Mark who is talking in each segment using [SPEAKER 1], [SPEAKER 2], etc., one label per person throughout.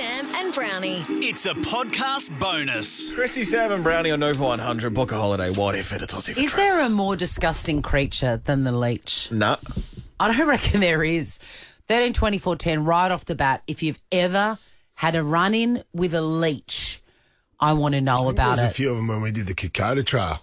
[SPEAKER 1] and Brownie.
[SPEAKER 2] It's a podcast bonus.
[SPEAKER 3] Chrissy, Sam, and Brownie on Nova 100. Book a holiday. What if it? It's also
[SPEAKER 4] Is there a more disgusting creature than the leech?
[SPEAKER 3] Nah.
[SPEAKER 4] I don't reckon there is. 13, 24, 10, right off the bat, if you've ever had a run in with a leech, I want to know about
[SPEAKER 5] There's a
[SPEAKER 4] it.
[SPEAKER 5] few of them when we did the Kokoda Trail.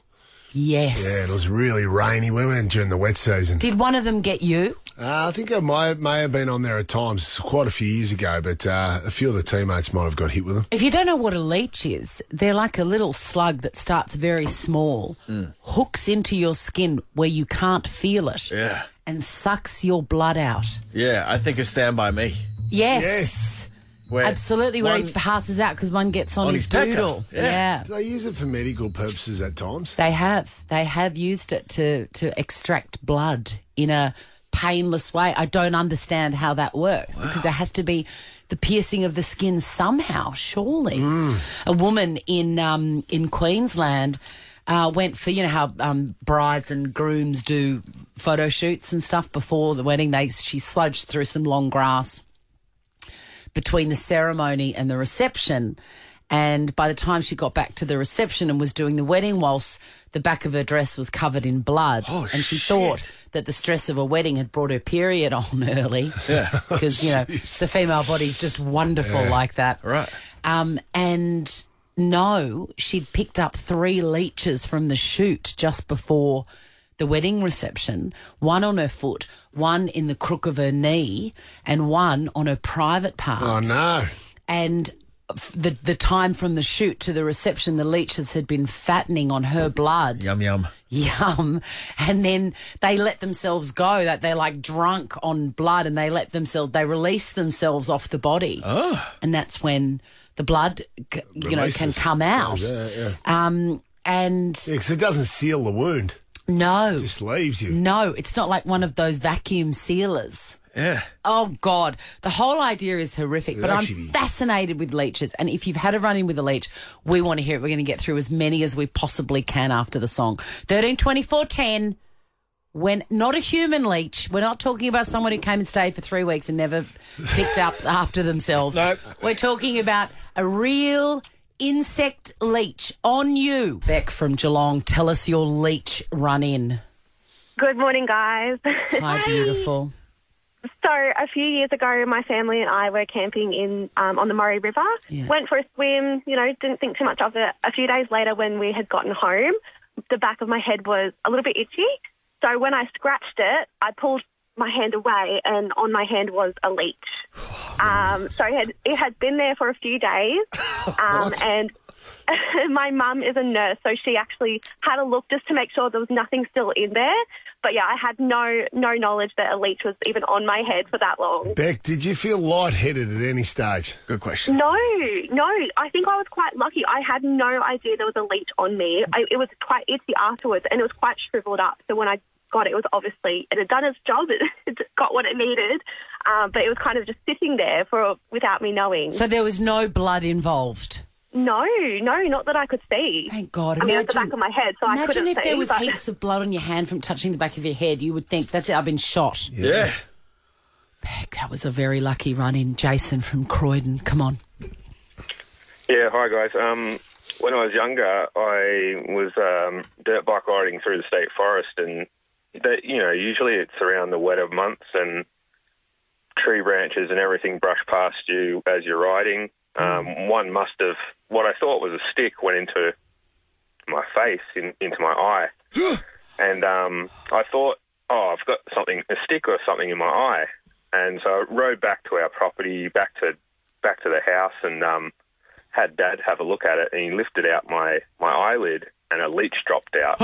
[SPEAKER 4] yes.
[SPEAKER 5] Yeah, it was really rainy. We went during the wet season.
[SPEAKER 4] Did one of them get you?
[SPEAKER 5] Uh, I think I might, may have been on there at times quite a few years ago, but uh, a few of the teammates might have got hit with them.
[SPEAKER 4] If you don't know what a leech is, they're like a little slug that starts very small, hooks into your skin where you can't feel it,
[SPEAKER 3] Yeah.
[SPEAKER 4] and sucks your blood out.
[SPEAKER 3] Yeah, I think of Stand By Me.
[SPEAKER 4] Yes.
[SPEAKER 5] Yes.
[SPEAKER 3] Where
[SPEAKER 4] Absolutely, where
[SPEAKER 3] one-
[SPEAKER 4] he passes out because one gets on,
[SPEAKER 3] On
[SPEAKER 4] his,
[SPEAKER 3] his pecker.
[SPEAKER 4] doodle.
[SPEAKER 3] Yeah.
[SPEAKER 5] Do they use it for medical purposes at times?
[SPEAKER 4] They have. They have used it to, to extract blood in a painless way. I don't understand how that works because there has to be the piercing of the skin somehow, surely. A woman in um, in Queensland uh, went for, you know, how um, brides and grooms do photo shoots and stuff before the wedding. They She sludged through some long grass between the ceremony and the reception. And by the time she got back to the reception and was doing the wedding whilst the back of her dress was covered in blood. and she thought that the stress of a wedding had brought her period on early. Yeah. Because, you know, the female body's just wonderful like that.
[SPEAKER 3] Right.
[SPEAKER 4] Um, and no, she'd picked up three leeches from the shoot just before the wedding reception one on her foot, one in the crook of her knee, and one on her private part.
[SPEAKER 5] Oh, no.
[SPEAKER 4] And f- the, the time from the shoot to the reception, the leeches had been fattening on her blood.
[SPEAKER 3] Yum, yum.
[SPEAKER 4] Yum. And then they let themselves go, that they're like drunk on blood and they let themselves, they release themselves off the body. Oh. And that's when the blood, c- you know, can
[SPEAKER 5] Ah. Releases. Oh,
[SPEAKER 4] come out.
[SPEAKER 5] Yeah, yeah.
[SPEAKER 4] Um, and
[SPEAKER 5] Because it doesn't seal the wound,
[SPEAKER 4] no,
[SPEAKER 5] just leaves you.
[SPEAKER 4] no, it's not like one of those vacuum sealers.
[SPEAKER 3] Yeah.
[SPEAKER 4] Oh God, the whole idea is horrific. But
[SPEAKER 5] Actually-
[SPEAKER 4] I'm fascinated with leeches, and if you've had a run in with a leech, we want to hear it. We're going to get through as many as we possibly can after the song. Thirteen, twenty-four, ten. When not a human leech, we're not talking about someone who came and stayed for three weeks and never picked up after themselves.
[SPEAKER 3] Nope.
[SPEAKER 4] We're talking about a real insect leech on you. Beck from Geelong, tell us your leech run in.
[SPEAKER 6] Good morning, guys.
[SPEAKER 4] Hi, beautiful.
[SPEAKER 6] so, a few years ago, my family and I were camping in um, on the Murray River.
[SPEAKER 4] Yeah.
[SPEAKER 6] Went for a swim, you know, didn't think too much of it. A few days later, when we had gotten home, the back of my head was a little bit itchy. So, when I scratched it, I pulled my hand away, and on my hand was a leech. Um, so, it had, it had been there for a few days. Um, and my mum is a nurse, so she actually had a look just to make sure there was nothing still in there. But yeah, I had no no knowledge that a leech was even on my head for that long.
[SPEAKER 5] Beck, did you feel lightheaded at any stage?
[SPEAKER 3] Good question.
[SPEAKER 6] No, no. I think I was quite lucky. I had no idea there was a leech on me. I, it was quite itchy afterwards, and it was quite shriveled up. So when I got it, it was obviously it had done its job. It, it got what it needed, um, but it was kind of just sitting there for without me knowing.
[SPEAKER 4] So there was no blood involved.
[SPEAKER 6] no, no, not that I could see.
[SPEAKER 4] Thank God.
[SPEAKER 6] I mean, it was the back of my head, so I
[SPEAKER 4] imagine
[SPEAKER 6] couldn't
[SPEAKER 4] if
[SPEAKER 6] see,
[SPEAKER 4] there was
[SPEAKER 6] but-
[SPEAKER 4] heaps of blood on your hand from touching the back of your head. You would think, that's it, I've been shot.
[SPEAKER 3] Yes.
[SPEAKER 4] Heck, that was a very lucky run in. Jason from Croydon. Come on.
[SPEAKER 7] Yeah, hi guys. Um, when I was younger, I was um, dirt bike riding through the state forest, and that you know usually it's around the wetter months, and tree branches and everything brush past you as you're riding. Um, one must have what I thought was a stick went into my face, in, into my eye, and um, I thought, oh, I've got something, a stick or something in my eye, and so I rode back to our property, back to back to the house, and um, had Dad have a look at it, and he lifted out my, my eyelid, and a leech dropped out,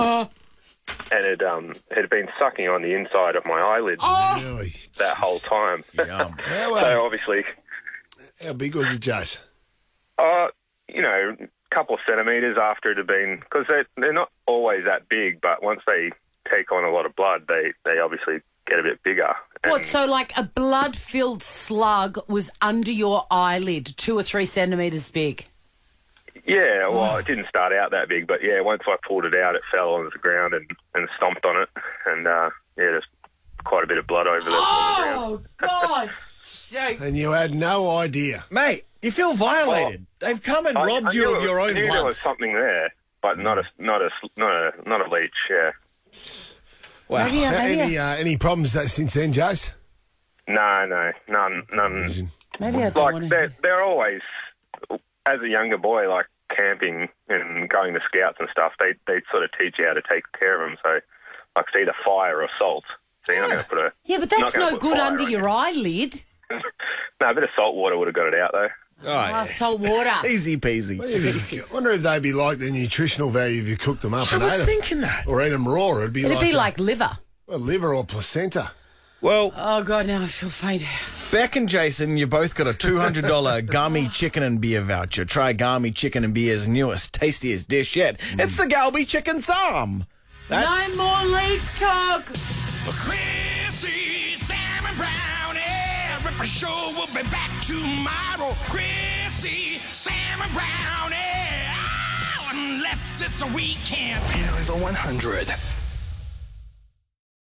[SPEAKER 7] and it um it had been sucking on the inside of my eyelid
[SPEAKER 5] Really?
[SPEAKER 7] that whole time.
[SPEAKER 3] Yum.
[SPEAKER 5] How, uh,
[SPEAKER 7] so obviously,
[SPEAKER 5] how big was it, Jace?
[SPEAKER 7] uh, you know, a couple of centimeters after it had been, because they're, they're not always that big, but once they take on a lot of blood, they they obviously get a bit bigger. And
[SPEAKER 4] What? So, like a blood filled slug was under your eyelid, two or three centimetres big.
[SPEAKER 7] yeah, well, it didn't start out that big, but yeah, once I pulled it out, it fell onto the ground and and stomped on it, and uh, yeah, there's quite a
[SPEAKER 3] Oh!
[SPEAKER 7] bit of blood over the, on the ground.
[SPEAKER 4] Oh, God. Joke.
[SPEAKER 5] And you had no idea.
[SPEAKER 3] Mate, You feel violated. They've come and
[SPEAKER 7] Oh. I-
[SPEAKER 3] robbed
[SPEAKER 7] I
[SPEAKER 3] you
[SPEAKER 7] knew
[SPEAKER 3] of
[SPEAKER 7] it-
[SPEAKER 3] your
[SPEAKER 7] I
[SPEAKER 3] own
[SPEAKER 7] knew there
[SPEAKER 3] blood.
[SPEAKER 7] was something there, but not a not a not a not a leech. Yeah.
[SPEAKER 3] Wow.
[SPEAKER 4] Maybe, uh,
[SPEAKER 5] Uh,
[SPEAKER 4] maybe,
[SPEAKER 5] any
[SPEAKER 4] I,
[SPEAKER 5] uh, any problems uh, since then, Jace?
[SPEAKER 7] No, no, none, none.
[SPEAKER 4] maybe I don't
[SPEAKER 7] Like
[SPEAKER 4] want
[SPEAKER 7] they're
[SPEAKER 4] to.
[SPEAKER 7] they're always as a younger boy, like camping and going to scouts and stuff. They they sort of teach you how to take care of them. So like it's either fire or salt. So you're not going to put a
[SPEAKER 4] Yeah, but
[SPEAKER 7] not
[SPEAKER 4] that's
[SPEAKER 7] gonna
[SPEAKER 4] no
[SPEAKER 7] put
[SPEAKER 4] good
[SPEAKER 7] fire
[SPEAKER 4] under
[SPEAKER 7] on
[SPEAKER 4] your eyelid.
[SPEAKER 7] no a bit of salt water would have got it out though.
[SPEAKER 4] Ah,
[SPEAKER 3] Right.
[SPEAKER 4] salt water.
[SPEAKER 3] Easy peasy.
[SPEAKER 5] I wonder if they'd be like the nutritional value if you cooked them up
[SPEAKER 3] I
[SPEAKER 5] and
[SPEAKER 3] was
[SPEAKER 5] ate 'em.
[SPEAKER 3] thinking that.
[SPEAKER 5] Or eat them raw. It'd be
[SPEAKER 4] It'd
[SPEAKER 5] like,
[SPEAKER 4] be
[SPEAKER 5] a-
[SPEAKER 4] like liver.
[SPEAKER 5] a liver or placenta.
[SPEAKER 3] Well,
[SPEAKER 4] Oh god, now I feel faint.
[SPEAKER 3] Beck and Jason, you both got a $200 Gami Chicken and Beer voucher. Try Gami Chicken and Beer's newest, tastiest dish yet. It's the Galbi Chicken Psalm. That's
[SPEAKER 4] No more leads talk.
[SPEAKER 2] Chrissy, Sam and Brownie. Ripper Show will be back tomorrow. Chrissy, Sam and eh, Brownie. Oh, unless it's a weekend.
[SPEAKER 1] Nova 100.